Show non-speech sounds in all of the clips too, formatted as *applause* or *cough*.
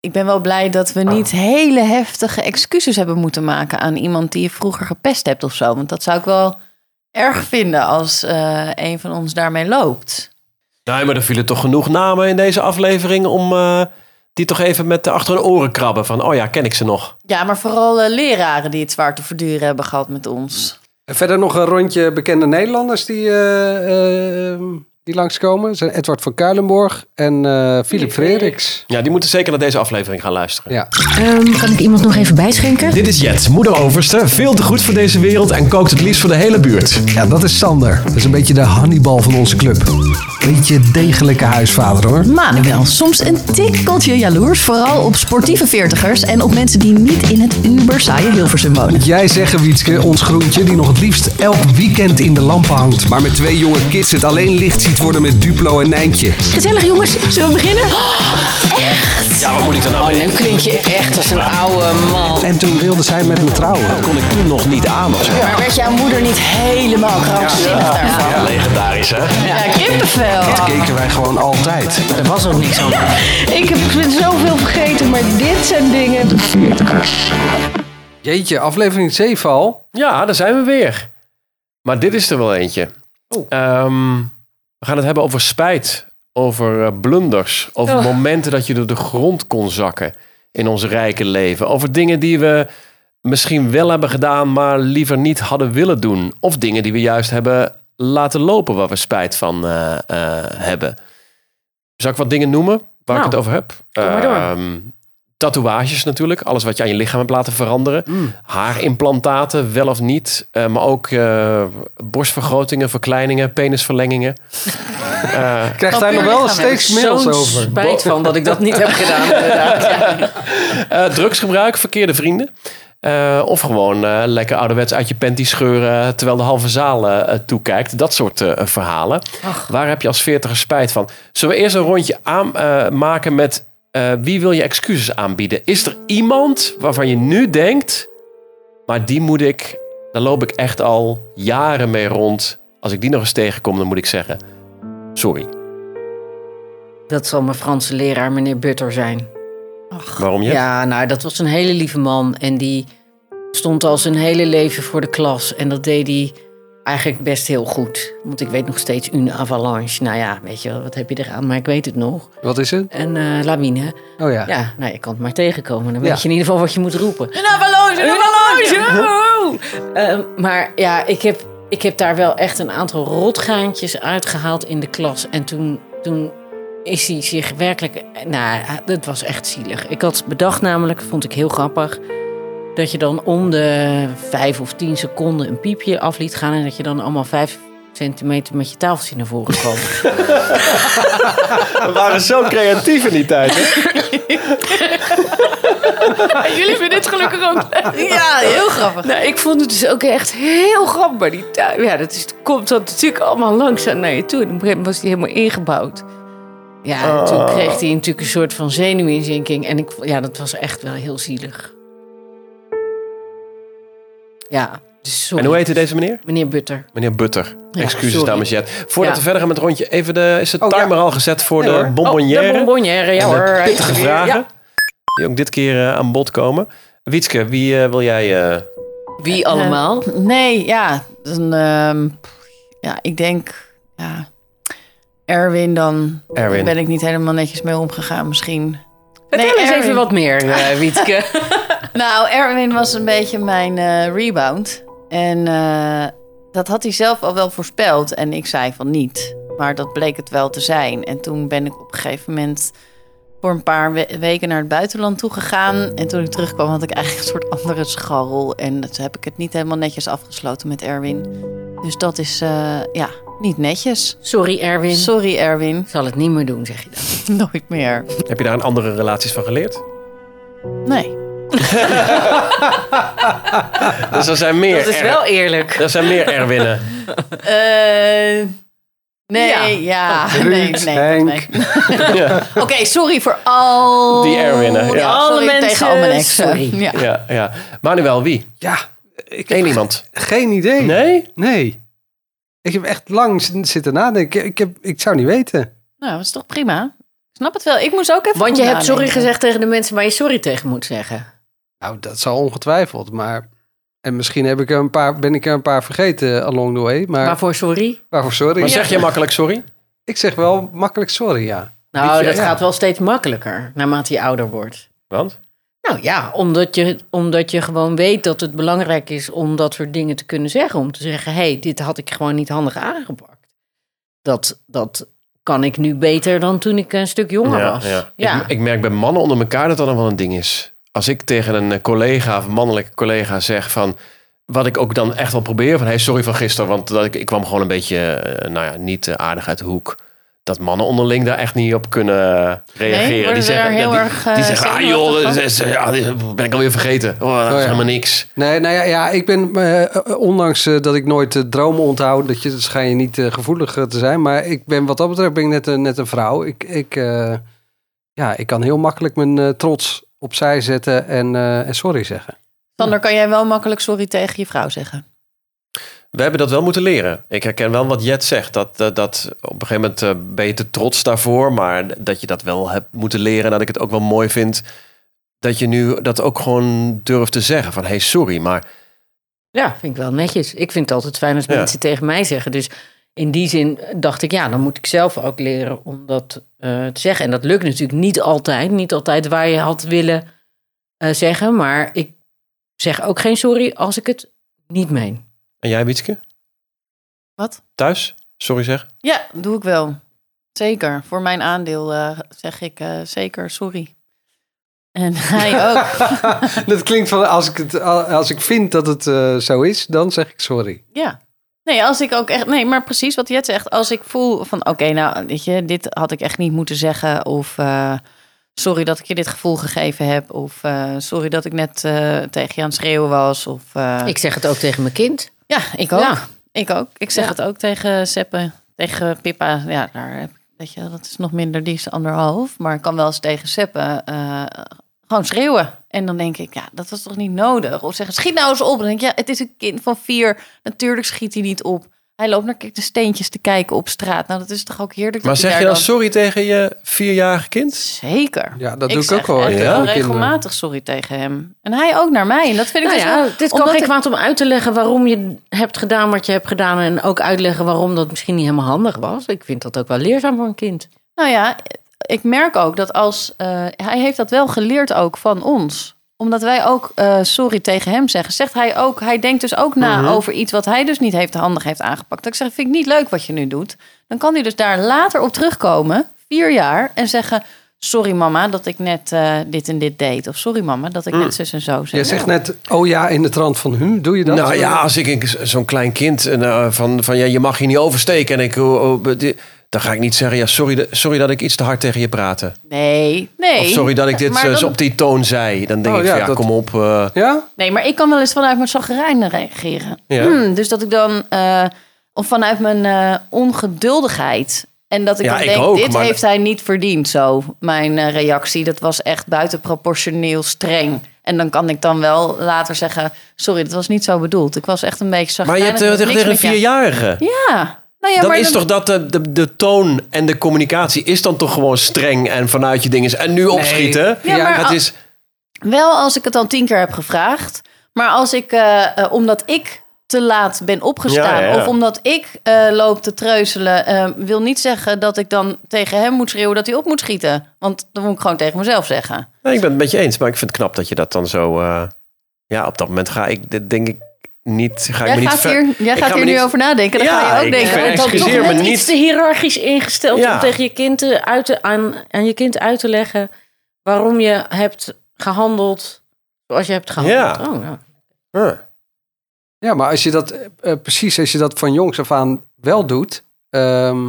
ik ben wel blij dat we niet hele heftige excuses hebben moeten maken aan iemand die je vroeger gepest hebt of zo. Want dat zou ik wel erg vinden als eh, een van ons daarmee loopt. Nee, maar er vielen toch genoeg namen in deze aflevering om eh, die toch even met eh, achter hun oren krabben. Van, oh ja, ken ik ze nog? Ja, maar vooral eh, leraren die het zwaar te verduren hebben gehad met ons. En verder nog een rondje bekende Nederlanders die, eh, eh, die langskomen. Dat zijn Edward van Kuilenborg en eh Philip Frederiks. Ja, die moeten zeker naar deze aflevering gaan luisteren. Ja. Ehm, kan ik iemand nog even bijschenken? Dit is Jet, moederoverste, veel te goed voor deze wereld en kookt het liefst voor de hele buurt. ja, dat is Sander. Dat is een beetje de Hannibal van onze club. Beetje degelijke huisvader hoor. Manuel, soms een tikkeltje jaloers, vooral op sportieve veertigers en op mensen die niet in het uber saaie Hilversum wonen. Jij zeggen, Wietske, ons groentje die nog het liefst elk weekend in de lampen hangt. Maar met twee jonge kids het alleen licht ziet worden met Duplo en Nijntje. Gezellig jongens, zullen we beginnen? Ja, wat moet ik dan nou mee? Nu klink je echt als een oude man. En toen wilde zij met me trouwen. Kon ik toen nog niet aan of zo? Maar werd jouw moeder niet helemaal krankzinnig daarvan? Ja, legendarisch hè? Ja, kippenvel. Dat keken wij gewoon altijd. Er was ook niks aan. Ik heb zoveel vergeten, maar dit zijn dingen. Jeetje, aflevering 7 al. Ja, daar zijn we weer. Maar dit is er wel eentje. Oh. Ehm, we gaan het hebben over spijt, over eh, blunders, over Oh. momenten dat je door de grond kon zakken in ons rijke leven. Over dingen die we misschien wel hebben gedaan, maar liever niet hadden willen doen. Of dingen die we juist hebben laten lopen waar we spijt van eh, eh, hebben. Zal ik wat dingen noemen waar ik Nou, het over heb? maar door. Ehm, Tatoeages natuurlijk, alles wat je aan je lichaam hebt laten veranderen. Haarimplantaten, wel of niet. Eh, maar ook eh, borstvergrotingen, verkleiningen, penisverlengingen. Eh, Krijgt hij nog wel steeds mails over. spijt van dat ik dat niet heb gedaan. *laughs* inderdaad. eh, drugsgebruik, verkeerde vrienden. Eh, of gewoon eh, lekker ouderwets uit je panty scheuren terwijl de halve zaal eh, toekijkt. Dat soort eh, verhalen. Waar heb je als veertiger spijt van? Zullen we eerst een rondje aanmaken met eh, wie wil je excuses aanbieden? Is er iemand waarvan je nu denkt, maar die moet ik, daar loop ik echt al jaren mee rond. Als ik die nog eens tegenkom, dan moet ik zeggen, sorry. Dat zal mijn Franse leraar, meneer Butter, zijn. Waarom je? Ja, nou, dat was een hele lieve man. En die stond al zijn hele leven voor de klas. En dat deed hij eigenlijk best heel goed. Want ik weet nog steeds une avalanche. Nou ja, weet je wel, wat heb je eraan? Maar ik weet het nog. Wat is het? En eh, lawine. Oh ja. Ja, nou, je kan het maar tegenkomen. Dan Ja. weet je in ieder geval wat je moet roepen. Een avalanche, een avalanche. Eh, maar ja, ik heb, ik heb daar wel echt een aantal rotgaantjes uitgehaald in de klas. En toen, toen is hij zich werkelijk... Nou, dat was echt zielig. Ik had bedacht namelijk, vond ik heel grappig... dat je dan om de vijf of tien seconden een piepje af liet gaan... en dat je dan allemaal vijf centimeter met je tafeltje naar voren kwam. We waren zo creatief in die tijd. hè? *laughs* Jullie vinden dit gelukkig *laughs* ook Ja, heel grappig. Nou, ik vond het dus ook echt heel grappig. Maar die tuin, ja, dat is, komt dat natuurlijk allemaal langzaam naar je toe. En op een gegeven moment was die helemaal ingebouwd. Ja, en toen Ah. kreeg hij natuurlijk een soort van zenuwinzinking. En ik, vo- ja, dat was echt wel heel zielig. Ja, dus sorry. En hoe heette deze Oh, meneer? Meneer Butter. Meneer Butter. Ja, Excuses, sorry. dames en heren. Voordat Ja. we verder gaan met het rondje, even de, is de Oh, ja. timer al gezet voor Nee, de hoor. bonbonnière. Oh, de bonbonnière, ja En de hoor. Hij is pittige er weer. vragen, Ja. die ook dit keer eh, aan bod komen. Wietske, wie eh, wil jij... eh, Wie allemaal? Nee, ja. Dan, ehm, ja, ik denk... Ja, Erwin dan. Daar Erwin. ben ik niet helemaal netjes mee omgegaan misschien. Vertel eens Erwin. even wat meer, *laughs* eh, Wietke. Nou, Erwin was een beetje mijn eh, rebound. En eh, dat had hij zelf al wel voorspeld. En ik zei van niet. Maar dat bleek het wel te zijn. En toen ben ik op een gegeven moment voor een paar we- weken naar het buitenland toe gegaan. En toen ik terugkwam had ik eigenlijk een soort andere scharrel. En dat heb ik het niet helemaal netjes afgesloten met Erwin. Dus dat is, eh, ja, niet netjes. Sorry, Erwin. Sorry Erwin, *laughs* Ik zal het niet meer doen, zeg je dan. nooit meer. heb je daar een andere relaties van geleerd? Nee. Dus er zijn meer, Dat is Er- wel eerlijk. er zijn meer Erwinnen. *laughs* Eh, nee, ja. nee, Ruud, nee, Henk. nee. Oké, sorry voor al... Die Erwinnen, ja. Alle sorry mensen, tegen al mijn exen. sorry. Ja. Ja, ja. Manuel, wie? Ja, ik heb Eén iemand. geen idee. Nee? Nee. Ik heb echt lang z- zitten nadenken. Ik, heb, ik zou niet weten. Nou, dat is toch prima? Ik snap het wel. Ik moest ook even. Want je goed hebt sorry nadenken. gezegd tegen de mensen waar je sorry tegen moet zeggen. Nou, dat zal ongetwijfeld, maar... En misschien heb ik er een paar, ben ik er een paar vergeten along the way, maar Waarvoor sorry? waarvoor sorry? Maar zeg jij makkelijk sorry? Ik zeg wel makkelijk sorry, ja. Nou, Beetje, dat ja. gaat wel steeds makkelijker naarmate je ouder wordt. Want? Nou ja, omdat je, omdat je gewoon weet dat het belangrijk is om dat soort dingen te kunnen zeggen. Om te zeggen, hé, hey, dit had ik gewoon niet handig aangepakt. Dat, dat kan ik nu beter dan toen ik een stuk jonger was. Ja, Ik, ik merk bij mannen onder elkaar dat dat dan wel een ding is. Als ik tegen een eh, collega of mannelijke collega zeg van... Wat ik ook dan echt wel probeer van... Hey, sorry van gisteren, want dat ik, ik kwam gewoon een beetje... eh, nou ja, niet eh, aardig uit de hoek. Dat mannen onderling daar echt niet op kunnen eh, reageren. worden die ze zeggen, daar heel die, erg, die eh, zeggen, ah joh, zenuwachtig dat is- is- ja, dit ben ik alweer vergeten. Oh, dat is ja. helemaal niks. Nee, nou ja, ja ik ben, eh, eh, ondanks eh, dat ik nooit eh, dromen onthoud, dat je, dat schijn je niet eh, gevoelig eh, te zijn, maar ik ben wat dat betreft ben ik net, een net een vrouw. Ik, ik, eh, ja, ik kan heel makkelijk mijn eh, trots opzij zetten en, eh, en sorry zeggen. *laughs* Sander, kan jij wel makkelijk sorry tegen je vrouw zeggen? We hebben dat wel moeten leren. Ik herken wel wat Jet zegt. Dat, dat, dat op een gegeven moment eh, ben je te trots daarvoor. Maar dat je dat wel hebt moeten leren. En dat ik het ook wel mooi vind. Dat je nu dat ook gewoon durft te zeggen. Van hey, sorry. Maar ja, vind ik wel netjes. Ik vind het altijd fijn als Ja. mensen tegen mij zeggen. Dus in die zin dacht ik, ja, dan moet ik zelf ook leren om dat eh, te zeggen. En dat lukt natuurlijk niet altijd. Niet altijd waar je had willen eh, zeggen. Maar ik zeg ook geen sorry als ik het niet meen. en jij, Wietske? Wat? Thuis? Sorry zeg. Ja, doe ik wel. Zeker. Voor mijn aandeel eh, zeg ik eh, zeker sorry. En hij ook. dat klinkt van, als ik, het, eh, als ik vind dat het eh, zo is, dan zeg ik sorry. Ja. Nee, als ik ook echt. Nee, maar precies wat Jet zegt. Als ik voel van oké, nou weet je, dit had ik echt niet moeten zeggen. Of eh, sorry dat ik je dit gevoel gegeven heb. Of eh, sorry dat ik net eh, tegen je aan het schreeuwen was. Of, eh, Ik zeg het ook tegen mijn kind. ja, ik ook. Ja. Ik ook. Ik zeg Ja. het ook tegen Seppe. Tegen Pippa. Ja, daar heb ik- weet je, dat is nog minder. Die is anderhalf. Maar ik kan wel eens tegen Seppe eh, gewoon schreeuwen. En dan denk ik, ja, dat was toch niet nodig? Of zeggen, schiet nou eens op. Dan denk ik, ja, het is een kind van vier. Natuurlijk schiet hij niet op. Hij loopt naar de steentjes te kijken op straat. Nou, dat is toch ook heerlijk. Maar dat hij zeg je daar dan sorry tegen je vierjarige kind? Zeker. Ja, dat doe ik ook zeg eh, wel. echt tegen ja, wel mijn kinderen. regelmatig sorry tegen hem. En hij ook naar mij. En dat vind ik Nou dus ja, wel- dit kan omdat geen ik- kwaad om uit te leggen waarom je hebt gedaan wat je hebt gedaan. En ook uitleggen waarom dat misschien niet helemaal handig was. Ik vind dat ook wel leerzaam voor een kind. Nou ja, ik merk ook dat als... eh, hij heeft dat wel geleerd ook van ons. Omdat wij ook eh, sorry tegen hem zeggen. Zegt hij ook... Hij denkt dus ook na Mhm. over iets wat hij dus niet heeft handig heeft aangepakt. Dat ik zeg, vind ik niet leuk wat je nu doet. Dan kan hij dus daar later op terugkomen. Vier jaar. En zeggen... Sorry mama dat ik net eh, dit en dit deed. Of sorry mama dat Mm. ik net zus en zo Jij zei. zegt net, oh ja, in de trant van hu, doe je dat? Nou ja, als ik een- zo'n klein kind en, eh, van, van ja, je mag hier niet oversteken. En ik, oh, oh, dit- dan ga ik niet zeggen, ja, sorry, de- sorry dat ik iets te hard tegen je praatte. Nee, nee. Of sorry dat ik dit Maar eh, dan- op die toon zei. Dan denk Oh, ik, van, ja, ja, dat- kom op. eh, Ja? Nee, maar ik kan wel eens vanuit mijn chagrijnen reageren. Ja. Hmm, dus dat ik dan... eh, of vanuit mijn eh, ongeduldigheid. En dat ik Ja, dan ik denk, ook, dit maar- heeft hij niet verdiend zo. Mijn eh, reactie, dat was echt buitenproportioneel streng. En dan kan ik dan wel later zeggen... Sorry, dat was niet zo bedoeld. Ik was echt een beetje Maar je chagrijnig. hebt eh, dat heeft tegen niks tegen een met jou- vierjarige. Ja. Nou ja, dan maar is dan- toch dat de, de, de toon en de communicatie is dan toch gewoon streng en vanuit je ding is. En nu opschieten. Ja, Ja, maar Dat al- is, Wel als ik het dan tien keer heb gevraagd. Maar als ik, eh, eh, omdat ik te laat ben opgestaan. Ja, ja, ja. Of omdat ik eh, loop te treuzelen. eh, wil niet zeggen dat ik dan tegen hem moet schreeuwen dat hij op moet schieten. Want dat moet ik gewoon tegen mezelf zeggen. nee, ik ben het met je eens, maar ik vind het knap dat je dat dan zo... eh, ja, op dat moment ga ik, dit denk ik, niet... Ga ik jij me gaat niet ver- hier, jij ik gaat ga hier me nu niet- over nadenken. Dan Ja, ga je ook ik denken. vind- oh, dat- excuseer toch me net niet. iets te hiërarchisch ingesteld Ja. om tegen je kind te uit te- aan, aan je kind uit te leggen waarom je hebt gehandeld zoals je hebt gehandeld. Ja. Oh, ja. Huh. Ja, maar als je dat eh, eh, precies als je dat van jongs af aan wel doet, ehm,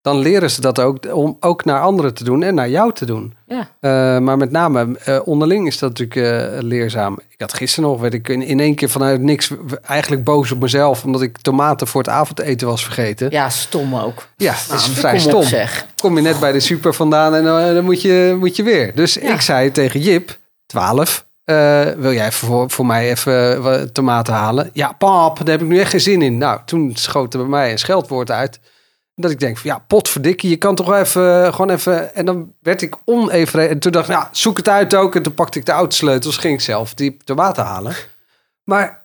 dan leren ze dat ook om ook naar anderen te doen en naar jou te doen. Ja. Eh, maar met name eh, onderling is dat natuurlijk eh, leerzaam. Ik had gisteren nog, werd ik in, in één keer vanuit niks w- eigenlijk boos op mezelf omdat ik tomaten voor het avondeten was vergeten. Ja, ja, stom ook. het Nou, is vrij kom op, stom. zeg. Kom je net bij de super vandaan en eh, dan moet je, moet je weer. Dus ik zei tegen Jip, 12, eh, wil jij even voor, voor mij even eh, wat tomaten halen? Ja, pap, daar heb ik nu echt geen zin in. Nou, toen schoot er bij mij een scheldwoord uit. Dat ik denk van ja, potverdikkie, je kan toch wel even, eh, gewoon even... En dan werd ik onevenredig. En toen dacht ik, nou, zoek het uit ook. En toen pakte ik de oude sleutels, ging ik zelf die de water halen. Maar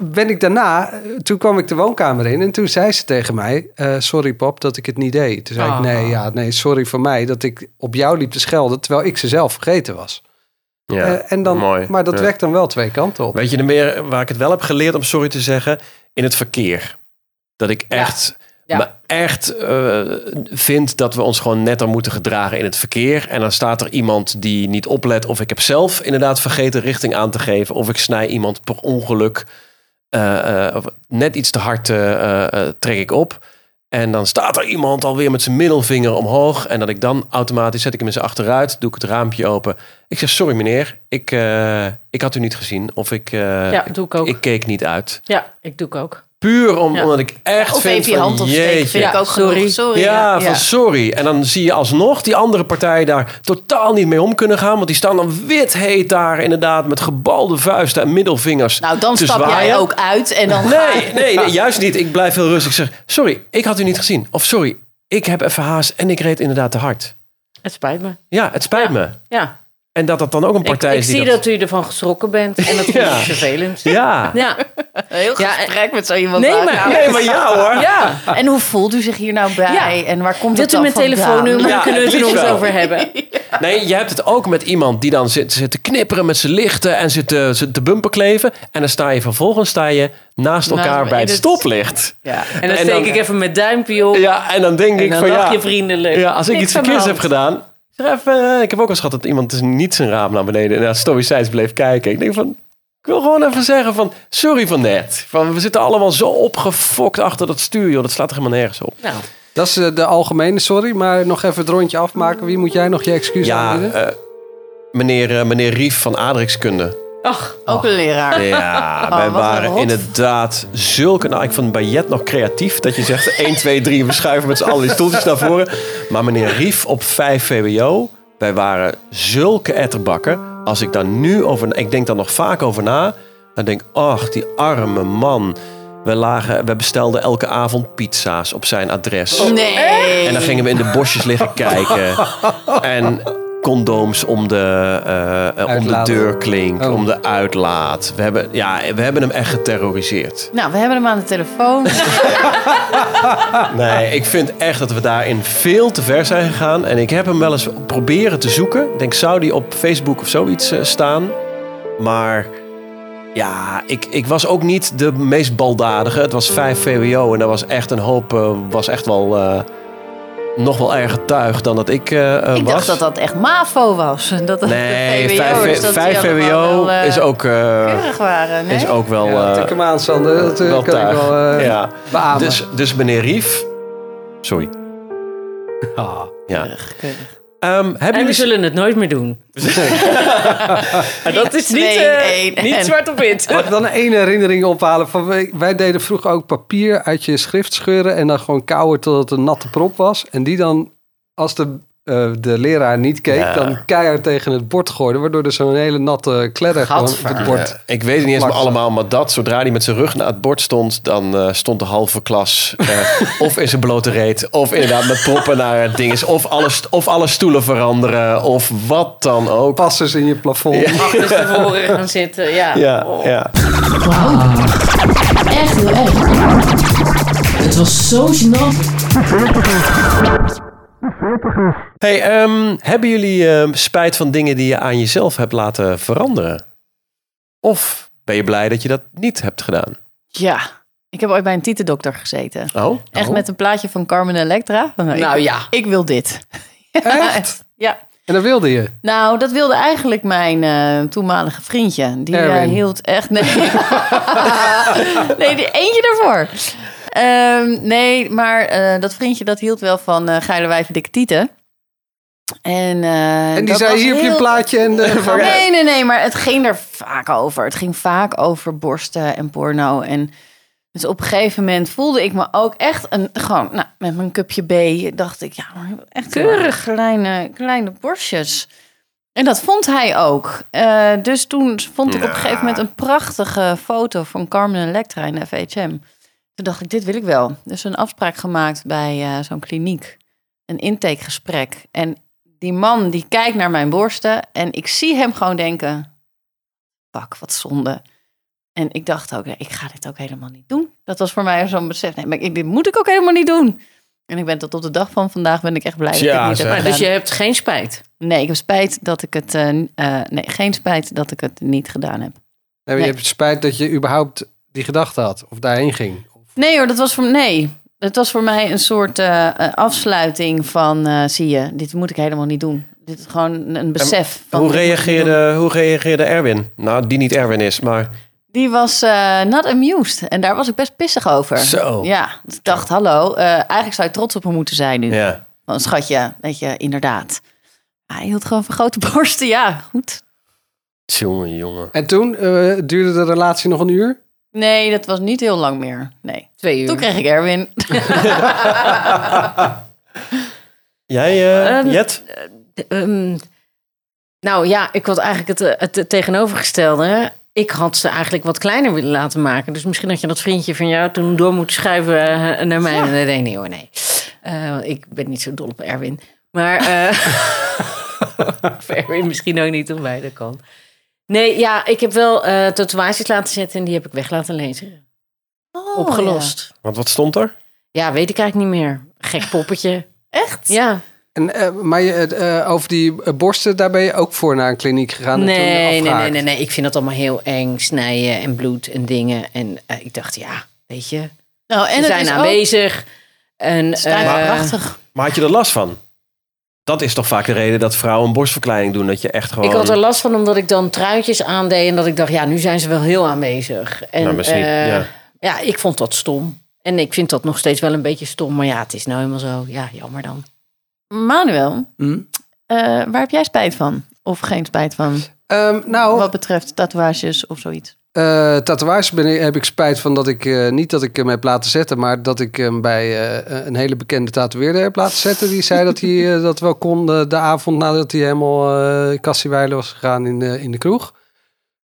ben ik daarna, eh, toen kwam ik de woonkamer in en toen zei ze tegen mij, eh, sorry pap dat ik het niet deed. Toen zei ik, Ah. nee, ja, nee, sorry voor mij dat ik op jou liep te schelden, terwijl ik ze zelf vergeten was. Ja, Eh, en dan, mooi. Maar dat Ja. werkt dan wel twee kanten op. Weet je, de meer, waar ik het wel heb geleerd, om sorry te zeggen, in het verkeer. Dat ik echt, Ja. Maar echt eh, vind dat we ons gewoon netter moeten gedragen in het verkeer. En dan staat er iemand die niet oplet. Of ik heb zelf inderdaad vergeten richting aan te geven. Of ik snij iemand per ongeluk. eh, eh, of net iets te hard eh, eh, eh, trek ik op. En dan staat er iemand alweer met zijn middelvinger omhoog. En dat ik dan automatisch zet ik hem in zijn achteruit. Doe ik het raampje open. Ik zeg, sorry meneer, ik, eh, ik had u niet gezien. Of ik, eh, Ja, doe ik ook. ik keek niet uit. ja, ik doe ik ook. Puur om, Ja. omdat ik echt Of vind even je van, hand opsteken, jeetje. vind ik Ja, ook sorry. sorry. Sorry. Ja, van sorry. En dan zie je alsnog die andere partijen daar totaal niet mee om kunnen gaan. Want die staan dan wit heet daar inderdaad met gebalde vuisten en middelvingers Nou, dan te stap zwaaien. jij ook uit en dan ga Nee, je- nee, nee, juist niet. Ik blijf heel rustig. Ik zeg, sorry, ik had u niet gezien. Of sorry, ik heb even haast en ik reed inderdaad te hard. Het spijt me. Ja, het spijt me. Ja, En dat dat dan ook een ik, partij ik is die zie dat... u ervan geschrokken bent en dat vind Ja. ik vervelend. Ja. Ja, Een heel Ja, eh, gesprek met zo iemand. nee, maken. maar... Nee, maar ja hoor. Ja, *laughs* En hoe voelt u zich hier nou bij? En waar komt het wilt u dan mijn vandaan? telefoonnummer? Ja, Dan kunnen we het er het nog liefst eens wel. over hebben. *laughs* Nee, je hebt het ook met iemand die dan zit, zit te knipperen met zijn lichten en zit te, zit te bumperkleven. En dan sta je vervolgens sta je naast Naast- elkaar bij het in het- stoplicht. Ja. En dan En steek dan- ik even mijn duimpje op. Ja, en dan denk en ik dan van lach ja, je vriendelijk. ja, als ik Niks iets aan de verkeerds heb hand. gedaan. zeg Even, eh, ik heb ook eens gehad dat iemand dus niet zijn raam naar beneden en naar stoïcijns bleef kijken. Ik denk van, ik wil gewoon even zeggen van, sorry van net. Van, we zitten allemaal zo opgefokt achter dat stuur, joh. Dat slaat er helemaal nergens op. Nou, Dat is eh, de algemene, sorry. Maar nog even het rondje afmaken. Wie moet jij nog je excuus Ja, aanbieden? eh, meneer, eh, meneer Rief van Adrikskunde. ach, Ook een leraar. Ja, Oh, wij wat een waren rot. inderdaad zulke... Nou, ik vond Bayet nog creatief. Dat je zegt *laughs* 1, 2, 3, we schuiven met z'n allen die stoeltjes naar voren. Maar meneer Rief op 5 VWO... Wij waren zulke etterbakken. Als ik daar nu over... Ik denk daar nog vaak over na. Dan denk ik, ach, die arme man. We, lagen, we bestelden elke avond pizza's op zijn adres. Oh, Nee. En dan gingen we in de bosjes liggen kijken. En condooms om de, eh, eh, om de Uitlaat. deurklink, Oh. om de uitlaat. We hebben, ja, we hebben hem echt geterroriseerd. Nou, we hebben hem aan de telefoon. Nee, ik vind echt dat we daarin veel te ver zijn gegaan. En ik heb hem wel eens proberen te zoeken. Ik denk, zou die op Facebook of zoiets eh, staan? Maar ja, ik, ik was ook niet de meest baldadige. Het was 5 VWO en daar was echt een hoop... eh, was echt wel... eh, nog wel erger tuig dan dat ik eh, eh, Ik was. dacht dat dat echt MAVO was. En dat dat *laughs* Nee, de 5, is, dat die allemaal VWO wel, eh, is ook, eh, keurig waren, nee? is ook wel, Ja, eh, tik hem aan, Sander. Dat eh, wel kan ik tuig. wel eh, ja. beamen. dus, dus meneer Rief... Sorry. *laughs* Ah. Ja. keurig. Ehm, hebben en we jullie... zullen het nooit meer doen. *laughs* dat is niet, twee, eh, één, niet en- zwart op wit. Mag ik dan één herinnering ophalen? Van, wij, wij deden vroeger ook papier uit je schrift scheuren en dan gewoon kouwen totdat het een natte prop was. En die dan, als de, eh, de leraar niet keek, Ja. dan keihard tegen het bord gooiden. Waardoor er zo'n hele natte kledder gewoon op het bord... Eh, ik weet het niet eens meer Max. allemaal, maar dat, zodra hij met zijn rug naar het bord stond, dan eh, stond de halve klas *laughs* eh, of in zijn blote reet, of inderdaad met proppen naar het ding is, of alle, st- of alle stoelen veranderen, of wat dan ook. Passers in je plafond. Achter tevoren gaan zitten, ja. Ja, ja. Echt heel erg. Het was zo gênant. Hey, ehm, hebben jullie ehm, spijt van dingen die je aan jezelf hebt laten veranderen? Of ben je blij dat je dat niet hebt gedaan? Ja. Ik heb ooit bij een tietendokter gezeten. Oh, Echt met een plaatje van Carmen Electra. Van, nou, ik- Nou ja. Ik wil dit. *laughs* Echt? Ja. En dat wilde je. Nou, dat wilde eigenlijk mijn eh, toenmalige vriendje. Die eh, Erwin. hield echt... Nee, *laughs* nee die eentje daarvoor. Ehm, nee, maar eh, dat vriendje dat hield wel van eh geile wijven, dikke tieten. En, eh, En die dat zei, was hier heb je een heel- plaatje. En, *laughs* eh, *laughs* van- Nee, nee, nee, maar het ging er vaak over. Het ging vaak over borsten en porno. En dus op een gegeven moment voelde ik me ook echt een, gewoon nou, met mijn cupje B. Dacht ik, ja, maar echt keurig kleine, kleine borstjes. En dat vond hij ook. Eh, dus toen vond ik op een gegeven moment een prachtige foto van Carmen Electra in FHM. Toen dacht ik, dit wil ik wel. Dus een afspraak gemaakt bij eh, zo'n kliniek. Een intakegesprek. En die man die kijkt naar mijn borsten en ik zie hem gewoon denken, fuck, wat zonde. En ik dacht ook, nee, ik ga dit ook helemaal niet doen. Dat was voor mij zo'n besef. Nee, maar ik, dit moet ik ook helemaal niet doen. En ik ben tot op de dag van vandaag ben ik echt blij dat ik Tja, het niet heb zeg. Maar gedaan. dus je hebt geen spijt. Nee, ik heb spijt dat ik het. eh, n- eh, nee, geen spijt dat ik het niet gedaan heb. Nee, maar Nee. Je hebt spijt dat je überhaupt die gedachte had of daarheen ging. Nee hoor, dat was voor nee. Het was voor mij een soort eh, eh, afsluiting van eh, zie je, dit moet ik helemaal niet doen. Dit is gewoon een- een besef. van, Hoe dit moet ik niet doen. reageerde, hoe reageerde Erwin? Nou, die niet Erwin is, maar Die was eh, not amused. En daar was ik best pissig over. Zo. Ja, dus ik dacht, hallo, eh, eigenlijk zou je trots op me moeten zijn nu. ja. Van schatje, weet je, inderdaad. Hij hield gewoon van grote *laughs* borsten, ja, goed. Jongen, jongen. En toen eh, duurde de relatie nog een uur. Nee, dat was niet heel lang meer. Nee. Twee uur. Toen kreeg ik Erwin. Jij, eh, Ehm, Jet? Ehm, nou ja, ik had eigenlijk het, eh, het, eh, tegenovergestelde. Ik had ze eigenlijk wat kleiner willen laten maken. Dus misschien had je dat vriendje van jou toen door moeten schuiven eh, naar mij. Nee, nee, nee hoor, nee. Eh, want ik ben niet zo dol op Erwin. Maar eh, *laughs* of Erwin misschien ook niet op beide kant. Nee, ja, ik heb wel eh, tatoeages laten zetten en die heb ik weg laten lezen. Oh, Opgelost. Want wat stond er? Ja. weet ik eigenlijk niet meer. Gek poppetje. Echt? Ja. En, eh, maar je, eh, eh, over die eh, borsten, daar ben je ook voor naar een kliniek gegaan. en toen Nee, nee, nee, afgehaakt. nee, nee. Ik vind dat allemaal heel eng. Snijden en bloed en dingen. En eh, ik dacht, ja, weet je. Nou, en Ze het zijn is ook- aanwezig. En, Het zijn eh, prachtig. Maar had je er last van? Dat is toch vaak de reden dat vrouwen een borstverkleining doen. Dat je echt gewoon... Nou, ik had er last van omdat ik dan truitjes aandeed. En dat ik dacht, ja, nu zijn ze wel heel aanwezig. En, Nou, misschien, eh, ja. ja, ik vond dat stom. En ik vind dat nog steeds wel een beetje stom. Maar ja, het is nou helemaal zo. Ja, jammer dan. Manuel, Hm? eh, waar heb jij spijt van? Of geen spijt van? Ehm, Oh. nou, Wat betreft tatoeages of zoiets. Eh tatoeages ben ik- heb ik spijt van dat ik eh, niet dat ik hem heb laten zetten, maar dat ik hem bij eh, een hele bekende tatoeëerder heb laten zetten. Die zei dat hij eh, dat wel kon eh, de avond nadat hij helemaal eh kassieweilen was gegaan in de, in de kroeg.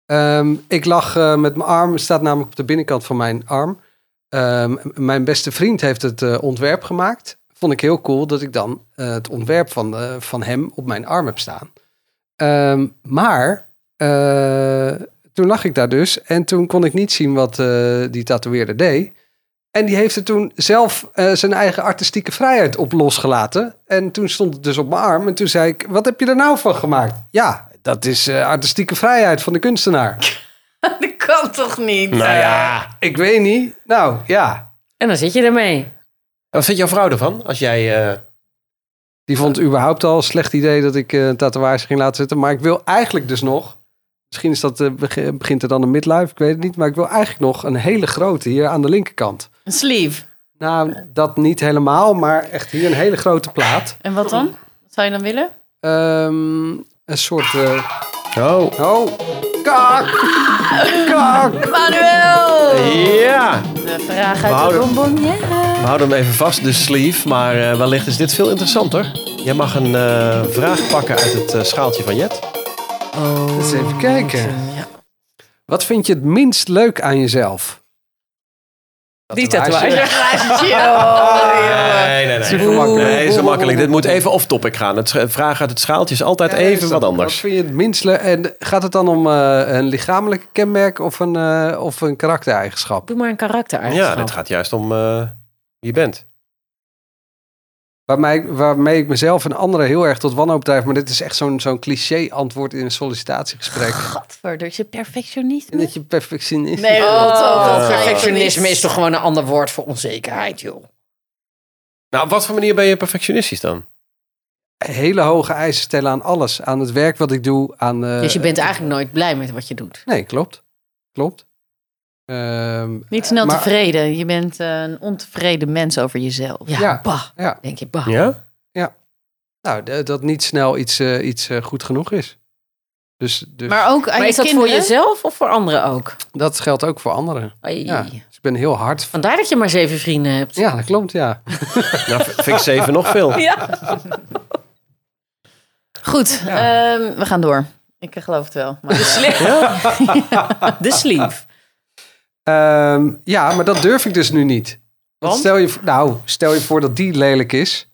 Ehm, ik lag eh, met mijn arm, het staat namelijk op de binnenkant van mijn arm. Ehm, m- mijn beste vriend heeft het eh, ontwerp gemaakt. Vond ik heel cool dat ik dan eh, het ontwerp van, de- van hem op mijn arm heb staan. Ehm, maar eh, toen lag ik daar dus en toen kon ik niet zien wat eh, die tatoeëerder deed. En die heeft er toen zelf eh, zijn eigen artistieke vrijheid op losgelaten. En toen stond het dus op mijn arm en toen zei ik, wat heb je er nou van gemaakt? Ja, dat is eh, artistieke vrijheid van de kunstenaar. Dat kan toch niet? Nou ja. ik weet niet. Nou, ja. En dan zit je ermee. En wat vindt jouw vrouw ervan? Als jij... eh, Die vond het überhaupt al een slecht idee dat ik eh, een tatoeage ging laten zetten. Maar ik wil eigenlijk dus nog... Misschien is dat, eh, beg- begint er dan een midlife, ik weet het niet. Maar ik wil eigenlijk nog een hele grote hier aan de linkerkant. Een sleeve. Nou, dat niet helemaal, maar echt hier een hele grote plaat. En wat dan? Wat zou je dan willen? Ehm, een soort... eh, Oh. oh, kak! Kak! Manuel! Ja. De eh, vraag uit We de houden- bonbonnière. We houden hem even vast, de sleeve. Maar eh, wellicht is dit veel interessanter. Jij mag een eh, vraag pakken uit het eh, schaaltje van Jet. Eens even kijken. Wat vind je het minst leuk aan jezelf? Die tatoeage. Ah, Nee, nee, nee. makkelijk. Nee, zo makkelijk. Dit moet even off-topic gaan. Het sch- vraag uit het schaaltje is altijd Ja, even is wat dat- anders. Wat vind je het minst leuk? En gaat het dan om eh, een lichamelijke kenmerk of een, eh, of een karaktereigenschap? Doe maar een karakter Ja, dit gaat juist om eh, wie je bent. Waarmee, waarmee ik mezelf en anderen heel erg tot wanhoop drijf. Maar dit is echt zo'n zo'n cliché antwoord in een sollicitatiegesprek. Gadver, dus je perfectionisme. En dat je perfectionist Nee, rot op, dat perfectionisme is toch gewoon een ander woord voor onzekerheid, joh. Nou, op wat voor manier ben je perfectionistisch dan? hele hoge eisen stellen aan alles. Aan het werk wat ik doe. Aan, eh, Dus je bent eigenlijk nooit blij met wat je doet. Nee, klopt. Klopt. Ehm, Niet snel Maar- tevreden. Je bent eh, een ontevreden mens over jezelf. Ja, Ja. bah. Ja. Denk je, bah. Ja? nou, d- dat niet snel iets, eh, iets eh, goed genoeg is. Dus, dus Maar ook aan Maar je is dat kinderen. voor jezelf of voor anderen ook? dat geldt ook voor anderen. Ai. Ja. Dus ik ben heel hard. Vandaar dat je maar zeven vrienden hebt. *laughs* Ja, dat klopt, ja. Nou, v- vind ik zeven nog veel. Goed, ehm, Dus- eh, *laughs* we gaan door. Ik geloof het wel. Maar, De sleeve. Ehm, ja, maar dat durf ik dus nu niet. Want Want? stel je, voor- nou, stel je voor dat die lelijk is.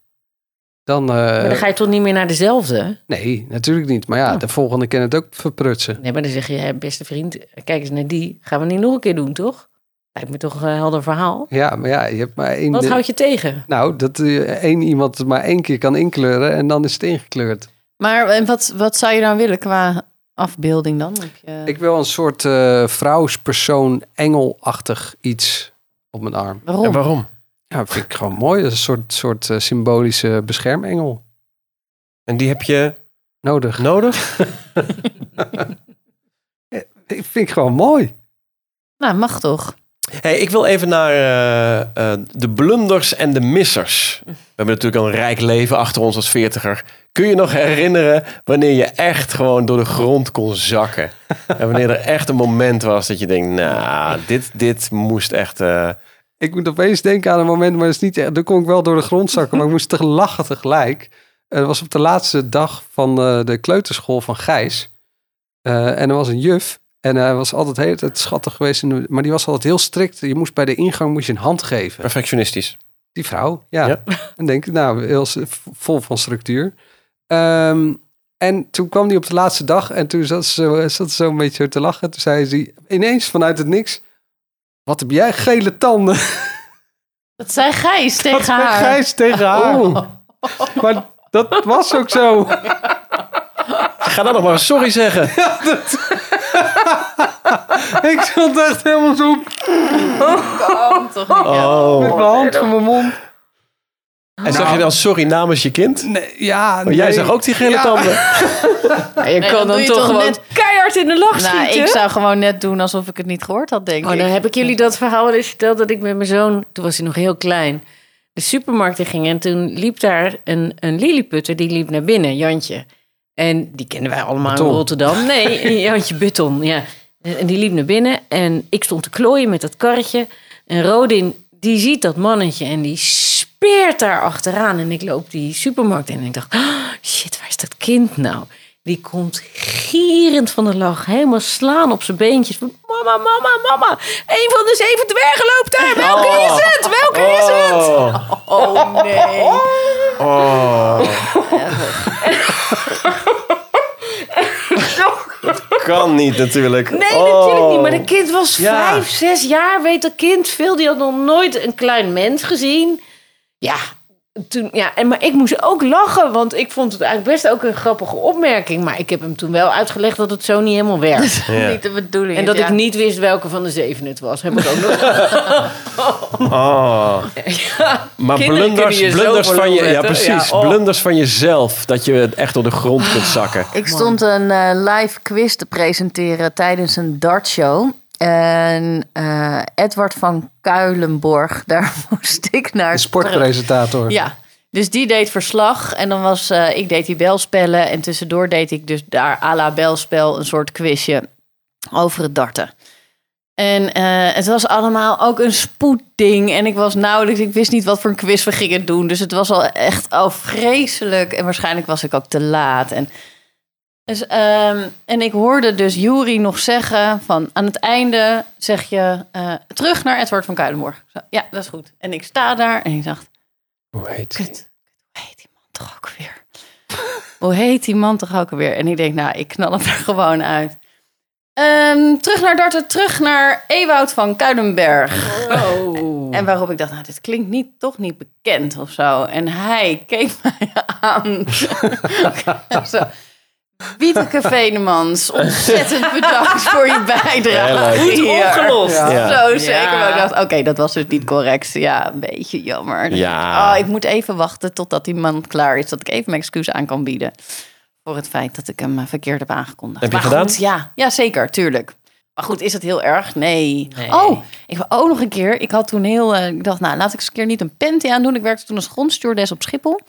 Dan, eh, Maar dan ga Oh. je toch niet meer naar dezelfde? nee, natuurlijk niet. Maar ja, de volgende kan het ook verprutsen. Nee, maar dan zeg je, hè, beste vriend, kijk eens naar die. Gaan we niet nog een keer doen, toch? Lijkt me toch een helder verhaal. Ja, maar ja, je hebt maar één... Wat houdt je tegen? Nou, dat eh, één iemand het maar één keer kan inkleuren en dan is het ingekleurd. Maar en wat, wat zou je dan willen qua afbeelding dan? Heb je, Ik wil een soort eh, vrouwspersoon, engelachtig iets op mijn arm. waarom? En waarom? Ja, dat vind ik gewoon mooi. Dat is een soort, soort eh, symbolische beschermengel En die heb je nodig. nodig? Ik vind ik gewoon mooi. Nou, mag toch? Hey, ik wil even naar eh, eh, de blunders en de missers. We hebben natuurlijk al een rijk leven achter ons als veertiger. Kun je nog herinneren wanneer je echt gewoon door de grond kon zakken? En wanneer er echt een moment was dat je denkt, nou, dit, dit moest echt... eh, Ik moet opeens denken aan een moment, maar dat is niet echt. Daar kon ik wel door de grond zakken, maar ik moest te lachen tegelijk. Eh, Dat was op de laatste dag van eh, de kleuterschool van Gijs. Eh, en er was een juf. En hij was altijd de hele tijd schattig geweest. in de- Maar die was altijd heel strikt. Je moest bij de ingang moest je een hand geven. perfectionistisch. Die vrouw, ja. *laughs* Ja. En denk ik, nou, heel s- vol van structuur. Ehm, en toen kwam die op de laatste dag en toen zat ze, zat ze zo een beetje te lachen. Toen zei ze ineens vanuit het niks, wat heb jij gele tanden? Dat zei Gijs tegen Dat zei haar. Gijs tegen haar. *laughs* Maar dat was ook zo. *laughs* Ga dan nog maar eens sorry zeggen. *laughs* Ik zat echt helemaal zo Oh, toch niet? Ja. Oh. met mijn hand voor mijn mond. En zeg je dan sorry namens je kind? Nee, ja, Maar jij nee. zag ook die gele Ja. tanden. je Nee, kan dan dan, doe je toch, toch gewoon net- keihard in de lach Nou, schieten. ik zou gewoon net doen alsof ik het niet gehoord had, denk Oh, ik. dan heb ik jullie dat verhaal wel eens verteld dat ik met mijn zoon, toen was hij nog heel klein, de supermarkt in ging. En toen liep daar een, een lilliputter, die liep naar binnen, Jantje. En die kennen wij allemaal Button. in Rotterdam. Nee, Jantje Button, ja. En die liep naar binnen en ik stond te klooien met dat karretje. En Rodin, die ziet dat mannetje en die speert daar achteraan. En ik loop die supermarkt in en ik dacht, "Ah, shit, waar is dat kind nou? Die komt gierend van de lach, helemaal slaan op zijn beentjes. Van, mama, mama, mama, een van de zeven dwergen loopt daar. Welke is het? Welke is het? Oh. Oh, nee. Oh. Kan niet natuurlijk. Nee, natuurlijk niet. Maar Oh. dat kind was vijf, zes jaar. Weet dat kind veel. Die had nog nooit een klein mens gezien. Ja, toen, ja en, maar ik moest ook lachen. Want ik vond het eigenlijk best ook een grappige opmerking. Maar ik heb hem toen wel uitgelegd dat het zo niet helemaal *laughs* werkt. Ja. Niet de bedoeling. En dat ja. ik niet wist welke van de zeven het was. Heb ik ook nog. Oh. Maar kinderen blunders, kunnen je zo blunders van je, verloren ja, zetten. precies, Ja, oh. blunders van jezelf, dat je echt door de grond kunt zakken. Ik stond een eh, live quiz te presenteren tijdens een dartshow. En eh, Edward van Kuilenborg, *laughs* daar moest *laughs* ik naar. Een sportpresentator. Ja, dus die deed verslag. En dan was, eh, ik deed die belspellen. En tussendoor deed ik dus daar à la belspel een soort quizje over het darten. En eh, het was allemaal ook een spoedding. En ik was nauwelijks, ik wist niet wat voor een quiz we gingen doen. Dus het was al echt al vreselijk. En waarschijnlijk was ik ook te laat. En, dus, ehm, en ik hoorde dus Jury nog zeggen van aan het einde zeg je eh, terug naar Edward van Kuilenborg. Zo, Ja, dat is goed. En ik sta daar en ik dacht, Hoe heet Kut. Hoe heet die man toch ook weer? *laughs* Hoe heet die man toch ook weer? En ik denk, nou, ik knal hem er gewoon uit. Ehm, terug naar Darten, terug naar Ewoud van Kuidenberg. En waarop ik dacht, nou, dit klinkt niet, toch niet bekend of zo. En hij keek *laughs* mij aan. *laughs* zo. Wieteke Venemans, ontzettend bedankt voor je bijdrage. Heel leuk. Goed opgelost. Ja. Zo zeker. Ja. Maar ik dacht, oké, dat was dus niet correct. Ja, een beetje jammer. Ja. Oh, ik moet even wachten totdat die man klaar is. Dat ik even mijn excuus aan kan bieden. Voor het feit dat ik hem eh, verkeerd heb aangekondigd. Heb je maar gedaan? Goed, ja, ja, zeker, tuurlijk. Maar goed, is het heel erg? Nee. Nee. Oh, ik wou ook nog een keer. Ik had toen heel. eh, ik dacht, nou, laat ik eens een keer niet een panty aandoen. Ik werkte toen als grondstewardess op Schiphol.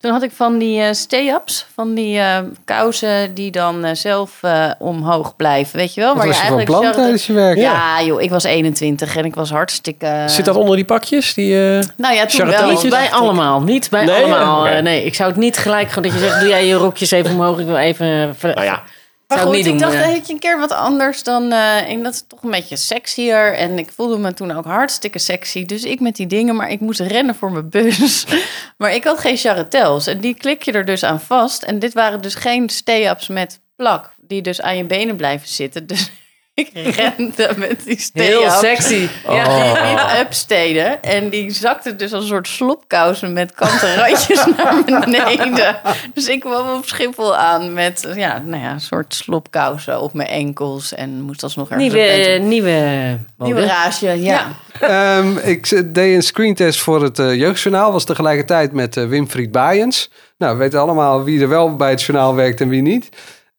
Toen had ik van die eh, stay-ups, van die eh, kousen die dan eh, zelf eh, omhoog blijven. Weet je wel? Wat was je van plan zelf- tijdens je werk? Ja, joh, ik was 21 en ik was hartstikke. Zit dat onder die pakjes? Die, eh, Nou ja, toen wel. Charretonnetjes? Niet bij allemaal, niet bij Nee, allemaal. oké. Eh, nee, ik zou het niet gelijk gewoon dat je zegt, doe jij je rokjes even omhoog, ik wil even... ver- Nou ja, Maar Zou ik goed, niet ik doen. dacht eh. eigenlijk een keer wat anders dan... eh ik dat is toch een beetje sexier. En ik voelde me toen ook hartstikke sexy. Dus ik met die dingen, maar ik moest rennen voor mijn bus. *laughs* maar ik had geen charretels. En die klik je er dus aan vast. En dit waren dus geen stay-ups met plak. Die dus aan je benen blijven zitten. Dus *laughs* ik rende met die Heel stay-ups. sexy. Oh, Ja. in Upsteden. En die zakte dus als een soort slopkousen met kanten *laughs* randjes naar beneden. Dus ik kwam op Schiphol aan met ja, nou ja, een soort slopkousen op mijn enkels. En moest alsnog ergens een Nieuwe, eh, beetje- nieuwe Nieuwe mode. rage, ja. Ehm, ik z- deed een screentest voor het eh, jeugdjournaal. Was tegelijkertijd met eh, Winfried Baaiens. Nou, we weten allemaal wie er wel bij het journaal werkt en wie niet.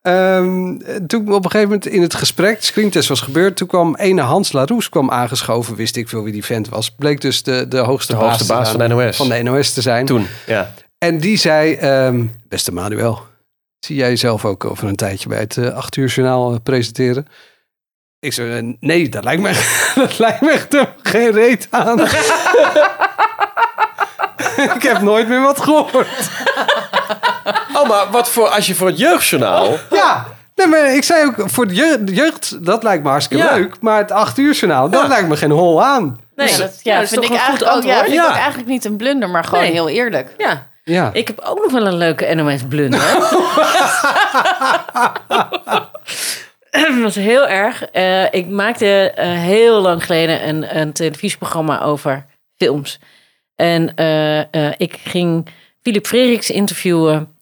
Ehm, eh, toen op een gegeven moment in het gesprek, de screentest was gebeurd, toen kwam ene Hans Laroes kwam aangeschoven. Wist ik veel wie die vent was. Bleek dus de, de hoogste, De hoogste te baas zijn- van de NOS. van de NOS te zijn. Toen, ja. En die zei, ehm, beste Manuel, zie jij jezelf ook over een tijdje bij het eh, acht uur journaal eh, presenteren? Ik zei, eh, nee, dat lijkt me, *laughs* dat lijkt me echt helemaal geen reet aan. *laughs* ik heb nooit meer wat gehoord. Oh, maar wat voor, als je voor het jeugdjournaal... Ja, nee, maar ik zei ook, voor de jeugd, de jeugd, dat lijkt me hartstikke Ja. leuk. Maar het acht uur journaal, dat lijkt me geen hol aan. Nee, dat, ja, dat vind, ik toch een eigenlijk, goed ook, ja, antwoord? vind Ja. ik ook eigenlijk niet een blunder, maar gewoon Nee. heel eerlijk. *laughs* Ja. Ja. Ik heb ook nog wel een leuke NOS blunder. Dat was heel erg. Eh, ik maakte eh, heel lang geleden een, een televisieprogramma over films. En eh, eh, ik ging Philip Frederiks interviewen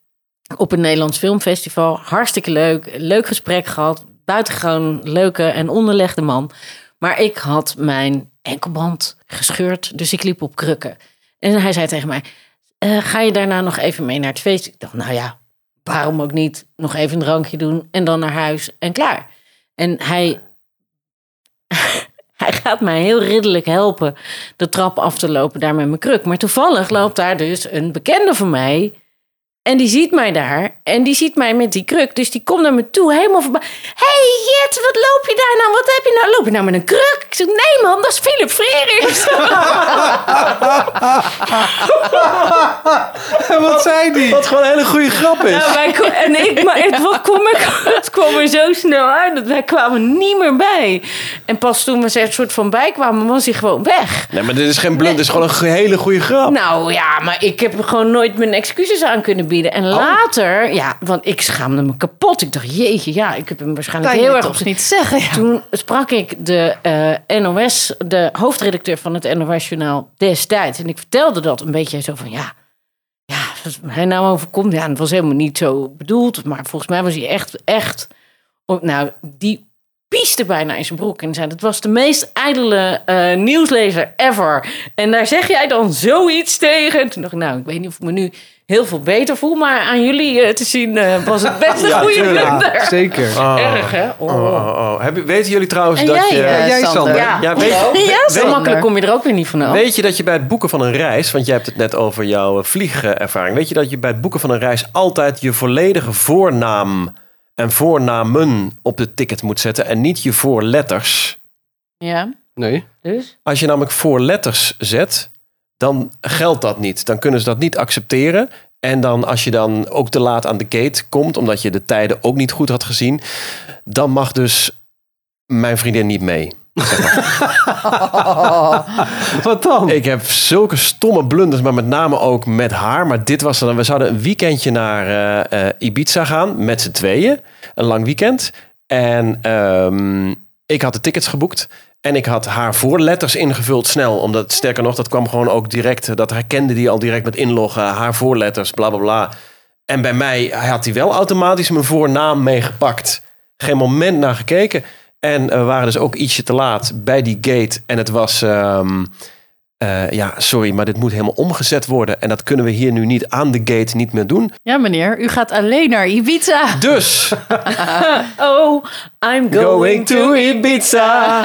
op een Nederlands filmfestival. Hartstikke leuk. Leuk gesprek gehad. Buitengewoon leuke en onderlegde man. Maar ik had mijn enkelband gescheurd. Dus ik liep op krukken. En hij zei tegen mij... "Eh, ga je daarna nog even mee naar het feest? Ik dacht, nou ja, waarom ook niet? Nog even een drankje doen en dan naar huis en klaar. En hij, *laughs* hij gaat mij heel ridderlijk helpen de trap af te lopen daar met mijn kruk. Maar toevallig loopt daar dus een bekende van mij. En die ziet mij daar. En die ziet mij met die kruk. Dus die komt naar me toe helemaal voorbij. hey Jet, wat loop je daar nou? Wat heb je nou? Loop je nou met een kruk? Ik zeg, nee man, dat is Philip Freeriks. En wat zei die? Wat gewoon een hele goede grap is. Nou, wij ko- en ik, maar het, wat kwam er, het kwam er zo snel uit dat wij kwamen niet meer bij. En pas toen we er soort van bij kwamen, was hij gewoon weg. Nee, maar dit is geen blunder. Dit is gewoon een ge- hele goede grap. Nou ja, maar ik heb gewoon nooit mijn excuses aan kunnen bieden. Oh. En later, ja, want ik schaamde me kapot. Ik dacht, jeetje, ja, ik heb hem waarschijnlijk Kan je heel het erg toch op niet zeggen? ja. toen sprak ik de eh, NOS, de hoofdredacteur van het NOS-journaal destijds. En ik vertelde dat een beetje zo van, ja, ja, wat mij nou overkomt. Ja, dat was helemaal niet zo bedoeld. Maar volgens mij was hij echt, echt... oh, Nou, die pieste bijna in zijn broek. En zei, dat was de meest ijdele eh, nieuwslezer ever. En daar zeg jij dan zoiets tegen. En toen dacht ik, nou, ik weet niet of ik me nu heel veel beter voel. Maar aan jullie eh, te zien eh, was het best een goede blunder. zeker. Erg, hè? Oh. Oh, oh, oh. Heb, je- weten jullie trouwens En dat jij, eh? je... Ja, jij, Sander. Ja, weet, Ja, zo Sander. makkelijk kom je er ook weer niet vanaf. weet je dat je bij het boeken van een reis... want jij hebt het net over jouw eh, vliegervaring... weet je dat je bij het boeken van een reis... altijd je volledige voornaam en voornamen op het ticket moet zetten... en niet je voorletters. Ja. Ah. Nee. Dus? Als je namelijk voorletters zet... dan geldt dat niet. Dan kunnen ze dat niet accepteren... En dan als je dan ook te laat aan de gate komt, omdat je de tijden ook niet goed had gezien, dan mag dus mijn vriendin niet mee. Wat dan? Ik heb zulke stomme blunders, maar met name ook met haar. Maar dit was dan. We zouden een weekendje naar eh, eh, Ibiza gaan met z'n tweeën. Een lang weekend. En ehm, ik had de tickets geboekt. En ik had haar voorletters ingevuld snel. Omdat, sterker nog, dat kwam gewoon ook direct. Dat herkende die al direct met inloggen. Haar voorletters, bla bla bla. En bij mij had hij wel automatisch mijn voornaam meegepakt. Geen moment naar gekeken. En eh, we waren dus ook ietsje te laat bij die gate. En het was. ehm, eh, ja, sorry, maar dit moet helemaal omgezet worden. En dat kunnen we hier nu niet aan de gate niet meer doen. ja, meneer, u gaat alleen naar Ibiza. Dus, Oh, I'm going, going to... to Ibiza.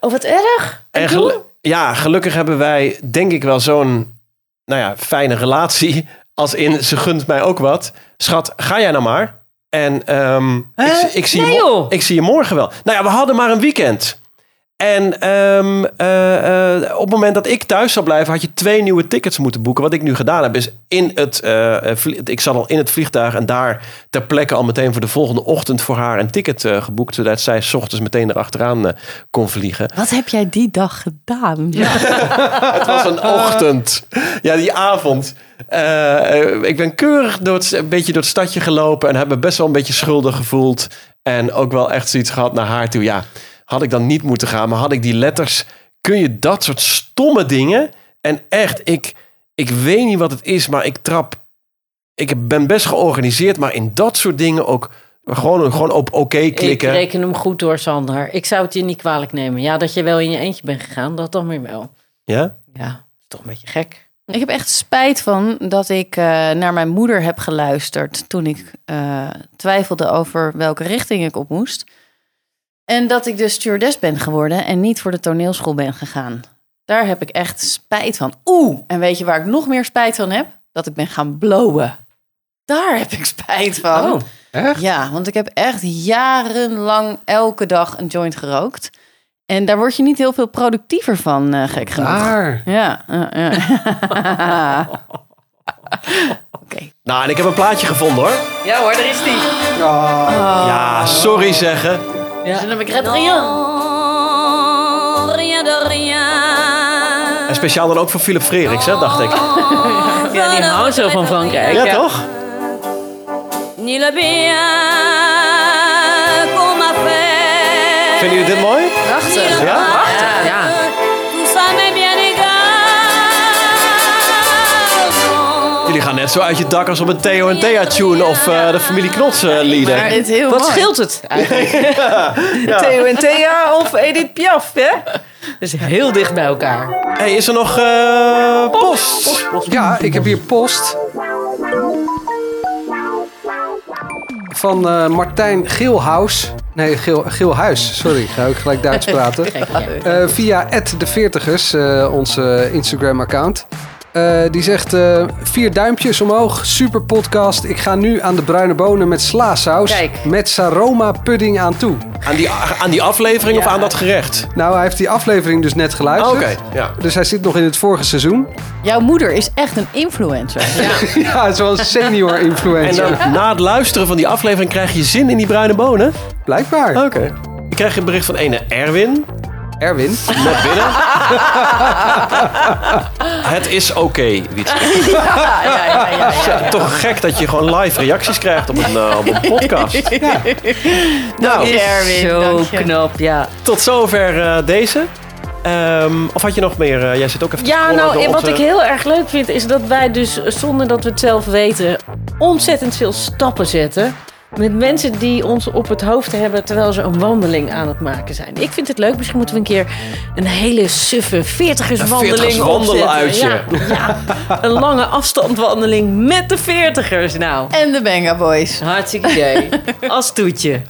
Oh, wat erg. En gelu- ja, gelukkig hebben wij denk ik wel zo'n nou ja, fijne relatie. Als in, ze gunt mij ook wat. Schat, ga jij nou maar. En ehm, ik, ik, zie je Nee, mo- joh. ik zie je morgen wel. Nou ja, we hadden maar een weekend. En ehm, eh, eh, op het moment dat ik thuis zou blijven, had je twee nieuwe tickets moeten boeken. Wat ik nu gedaan heb, is in het, eh, eh, vlie- ik zat al in het vliegtuig en daar ter plekke al meteen voor de volgende ochtend voor haar een ticket eh, geboekt. Zodat zij 's ochtends meteen erachteraan eh, kon vliegen. Wat heb jij die dag gedaan? Het was een ochtend. Ja, die avond. Eh, eh, ik ben keurig door het, een beetje door het stadje gelopen en heb me best wel een beetje schuldig gevoeld. En ook wel echt zoiets gehad naar haar toe. Ja, had ik dan niet moeten gaan, maar had ik die letters. Kun je dat soort stomme dingen. En echt, ik, ik weet niet wat het is, maar ik trap. Ik ben best georganiseerd, maar in dat soort dingen ook gewoon, gewoon op oké klikken. Ik reken hem goed door, Sander. Ik zou het je niet kwalijk nemen. Ja, dat je wel in je eentje bent gegaan, dat dan weer wel. Ja? Ja, toch een beetje gek. Ik heb echt spijt van dat ik eh, naar mijn moeder heb geluisterd toen ik eh, twijfelde over welke richting ik op moest. En dat ik dus stewardess ben geworden en niet voor de toneelschool ben gegaan. Daar heb ik echt spijt van. Oeh, en weet je waar ik nog meer spijt van heb? Dat ik ben gaan blowen. Daar heb ik spijt van. Ja, want ik heb echt jarenlang elke dag een joint gerookt. En daar word je niet heel veel productiever van, eh, gek genoeg. Daar. Ja. ja, ja. Oké. Nou, en ik heb een plaatje gevonden hoor. Ja hoor, daar is die. Ja, sorry zeggen. Dus Dan heb ik Red Rian. En speciaal dan ook voor Philip Frerichs, hè, dacht ik. Ja, die houden zo van Frankrijk. Ja, toch? Ni le bien qu'on m'a fait. Vinden jullie dit mooi? Ni le Ja? mal, ja. Tout ça m'est bien égal. Jullie gaan net zo uit je dak als op een Theo en Thea tune of eh, de familie Knots eh, lieder. Dit is heel Wat mooi. scheelt het eigenlijk? *laughs* Ja. *laughs* Theo en Thea of Edith Piaf, hè? Dus heel dicht bij elkaar. Hey, is er nog eh, post? Ja, ik heb hier post. Van eh, Martijn Geelhuis. Nee, Geel, Geelhuis. Sorry, ga ik gelijk Duits *laughs* praten. Eh, via de 40 onze Instagram-account. Eh, die zegt eh, vier duimpjes omhoog. Super podcast. Ik ga nu aan de bruine bonen met slaasaus. Kijk. Met saroma pudding aan toe. Aan die, aan die aflevering of aan dat gerecht? Nou, hij heeft die aflevering dus net Ah, geluisterd. Oké, ja. Dus hij zit nog in het vorige seizoen. *laughs* Jouw moeder is echt een influencer. ja, het is wel een *laughs* senior En influencer. dan, na het luisteren van die aflevering krijg je zin in die bruine bonen? Blijkbaar. Oké. Ik krijg een bericht van ene Erwin. Erwin. Net binnen. *laughs* Het is oké, *laughs* Wietse. Toch gek dat je gewoon live reacties krijgt op een, eh, op een *laughs* podcast. Nou, Erwin, Zo dank je. knap, ja. Tot zover eh, deze. Ehm, of had je nog meer? eh, jij zit ook even te Ja, scrollen nou, door en wat onze- ik heel erg leuk vind is dat wij dus eh, zonder dat we het zelf weten ontzettend veel stappen zetten. Met mensen die ons op het hoofd hebben terwijl ze een wandeling aan het maken zijn. Ik vind het leuk. Misschien moeten we een keer een hele suffe 40 wandeling wandelenuitje. Ja, ja, een lange afstandwandeling met de 40ers. Nou, En de Benga Boys. *laughs* hartstikke idee. Als toetje.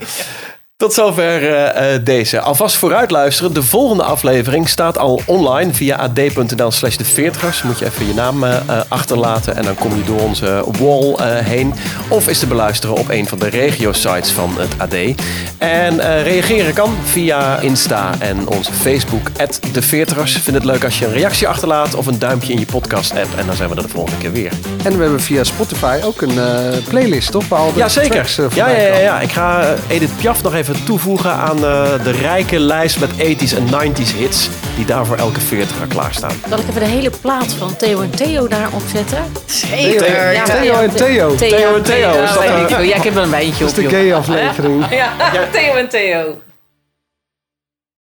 Tot zover eh, eh, deze. Alvast vooruit luisteren. De volgende aflevering staat al online via ad.nl slash de 40ers. Moet je even je naam eh, eh, achterlaten en dan kom je door onze wall eh, heen. Of is te beluisteren op een van de regio-sites van het AD. En eh, reageren kan via Insta en onze Facebook, de 40ers. Vind het leuk als je een reactie achterlaat of een duimpje in je podcast-app. En dan zijn we er de volgende keer weer. En we hebben via Spotify ook een eh, playlist, toch? Waar al de Jazeker. tracks, eh, Ja, ja, voorbij ja, komen. ja. Ik ga eh, Edith Piaf nog even toevoegen aan eh, de rijke lijst met 80s en 90s hits. Die daar voor elke 40er klaarstaan. Zal ik even de hele plaat van Theo en Theo daarop zetten? Zeker. Theo, en Theo. Dat Theo en Theo, is dat, weet eh, ik veel. Ja, ik heb wel een wijntje is op, de joh. gay aflevering. Ja, Theo en Theo.